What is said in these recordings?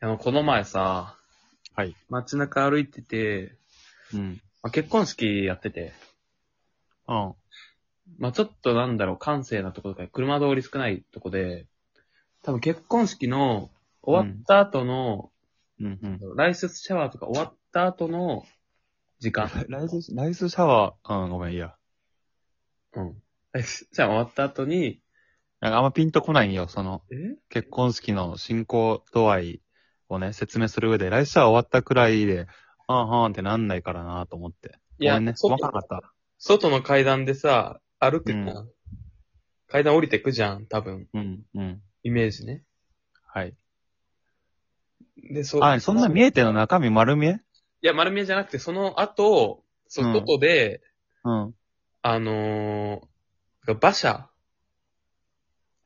あの、この前さ、はい。街中歩いてて、うん。まあ、結婚式やってて、うん。まあ、ちょっとなんだろう、閑静なとことか、車通り少ないとこで、多分結婚式の終わった後の、うん、うん。ライスシャワーとか終わった後の時 間。ライス、ライスシャワー、うん、ごめん、いいや。うん。ライスシャワー終わった後に、なんかあんまピンとこないんよ、その、え結婚式の進行度合いをね、説明する上で、ライスシャワー終わったくらいで、あんはんってなんないからなと思って。いごめんね、細外かかった。外の階段でさ、歩くじゃん。う階段降りてくじゃん、多分、うん、うん。イメージね。はい。で、そあ、そんな見えてるの中身丸見えいや、丸見えじゃなくて、その後、そううん外で、うん。あのー、馬車。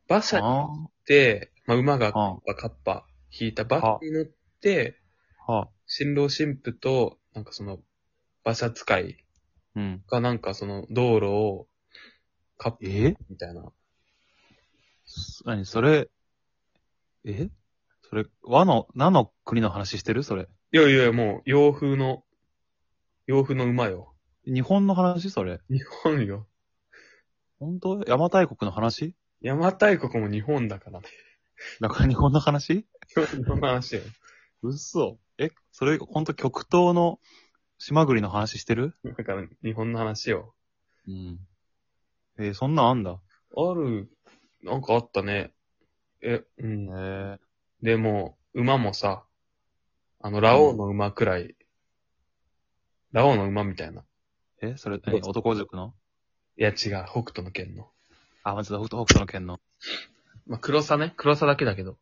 馬車にあ乗って、まあ、馬があ、カッあパ、カッパ、引いた馬車に乗って、あ、あ新郎新婦と、なんかその、馬車使いうん。がなんかその道路を、カッパ、えみたいな。そ何それ、えそれ、和の、何の国の話してるそれ。いやいやいや、もう、洋風の、洋風の馬よ。日本の話それ。日本よ。本当邪馬台国の話邪馬台国も日本だからね。だから日本の話日本の話よ。嘘。え、それ、ほんと極東の島国の話してるだから、日本の話よ。うん。えーそんなんあんだ。ある、なんかあったね。え、うん。えでも、馬もさ、あの、ラオウの馬くらい、ラオウの馬みたいな。えそれ、何男塾のいや違う、北斗の剣の。あ、まず北斗北斗の剣の。まあ、黒さね。黒さだけだけど。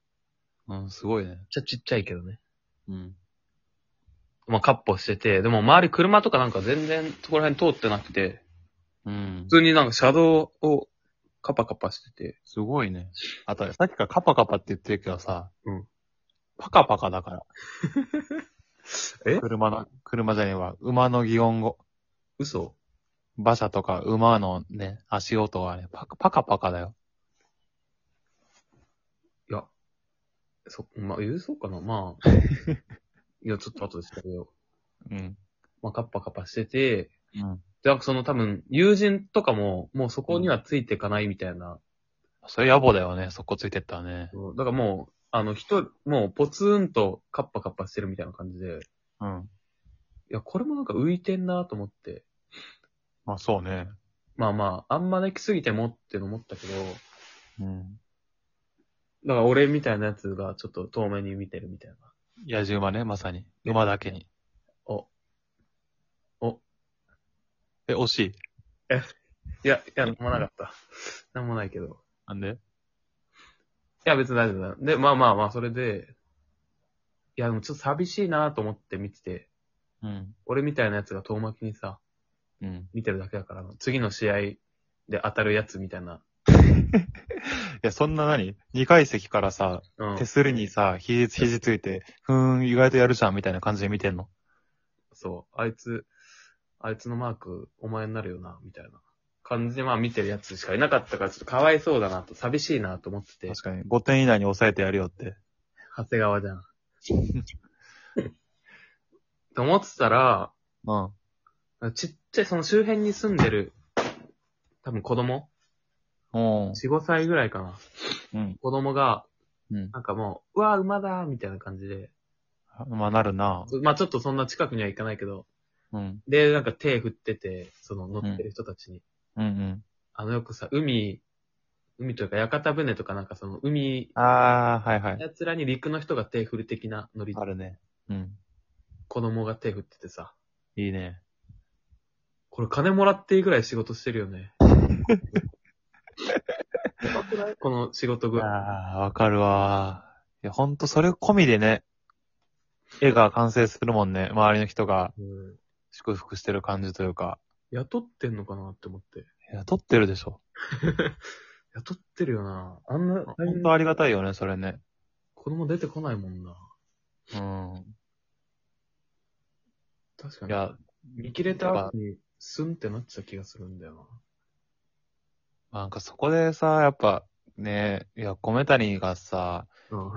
うん、すごいね。ちっちゃちっちゃいけどね。うん。まあ、カッポしてて、でも周り車とかなんか全然そこら辺通ってなくて、うん普。通になんか車道をカパカパしてて、すごいね。あと、さっきからカパカパって言ってるけどさ、うん。パカパカだ から。え車の、車じゃねえわ。馬の擬音語。嘘馬車とか馬のね、足音はね、パカパカパカだよ。いや、そ、まあ、言そうかな、まあ。いや、ちょっと後で調べようん。う。まあ、カッパカパしてて、うん。で、なんかその多分、友人とかも、もうそこにはついていかないみたいな。それ野暮だよね。そこついてったらね。だからもう、あの、人、もうポツンとカッパカッパしてるみたいな感じで、うん。いや、これもなんか浮いてんなと思って。まあそうね。まあまあ、あんま泣きすぎてもって思ったけど、うん。だから俺みたいなやつがちょっと遠目に見てるみたいな。野獣馬ね、まさに。馬だけに。お。お。え、惜しい。いや、いや、なんもなかった。 なんもないけど。いなんでや、別に大丈夫だ。で、まあまあまあ、それで、いや、でもちょっと寂しいなと思って見てて、うん。俺みたいなやつが遠巻きにさ、うん。見てるだけだから、あの次の試合で当たるやつみたいな。いや、そんな何二階席からさ、うん手。すりにさ、肘、肘ついて、ふーん、意外とやるじゃん、みたいな感じで見てんの。そう。あいつ、あいつのマーク、お前になるよな、みたいな感じで、まあ見てるやつしかいなかったから、ちょっとかわいそうだなと、寂しいなと思ってて、確かに。5点以内に抑えてやるよって。長谷川じ ゃん。と思ってたら、うん。ちっちゃい、その周辺に住んでる、多分子供うん。 ?4、5歳ぐらいかな。うん。子供が、うん。なんかもう、うわ、馬だみたいな感じで。まあ、なるな。まあちょっとそんな近くには行かないけど、うん。で、なんか手振ってて、その乗ってる人たちに。うんうん。あのよくさ、海、海というか屋形船とかなんかその海、あー、はいはい。奴らに陸の人が手振る的なノリ、あるね。うん。子供が手振っててさ、いいね。これ金もらっていいぐらい仕事してるよ ね。やばくないこの仕事ぐらい。ああ、わかるわ。いや、ほんとそれ込みでね、絵が完成するもんね。周りの人がうん祝福してる感じというか。雇ってんのかなって思って。いや、撮ってるでしょ。雇ってるよな。あんな、ほんとありがたいよね、それね。子供出てこないもんな。うん。確かいに。や、見切れた後に、スンってなっちゃう気がするんだよなんかそこでさ、やっぱ、ね、いや、米谷がさ、な。うん。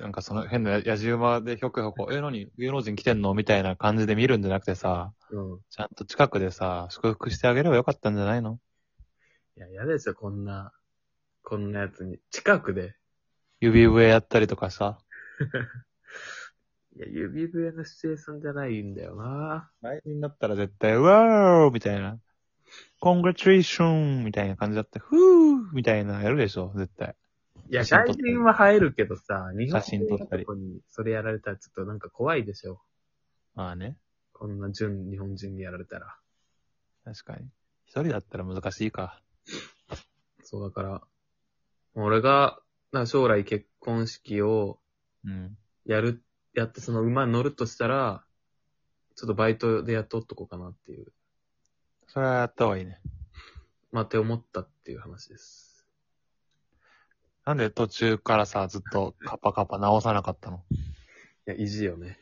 なんかその変なやじ馬でひょくひょく、え、何芸能人来てんのみたいな感じで見るんじゃなくてさ、うん。ちゃんと近くでさ、祝福してあげればよかったんじゃないのいや、嫌ですよ、こんな、こんなやつに。近くで。指笛やったりとかさ。いや、指笛のシチュエーションじゃないんだよな。来年だったら絶対、わーみたいな。コングラチュレーションみたいな感じだった。ふーみたいなやるでしょ、絶対。いや、写真外撮ったり人は入るけどさ、日本写真撮ったり人のとこにそれやられたらちょっとなんか怖いでしょ。まあね。こんな純日本人にやられたら。確かに。一人だったら難しいか。そうだから、もう俺が、なんか将来結婚式をうん。やる、やってその馬に乗るとしたら、ちょっとバイトで雇っとこうかなっていう、それはやった方がいいね。まあ、って思ったっていう話です。なんで途中からさ、ずっとカパカパ直さなかったのいや、意地よ ね。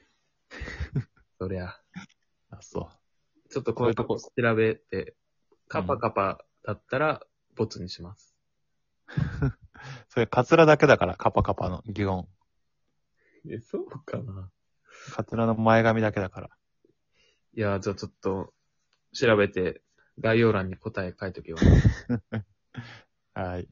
そりゃ。あ、そちょっとこういうとこ調べて、カパカパだったら、ボツにします。う。それカツラだけだから、カパカパの擬音。え、そうかなカツラの前髪だけだから。いや、じゃあちょっと、調べて、概要欄に答え書いときよう。はい。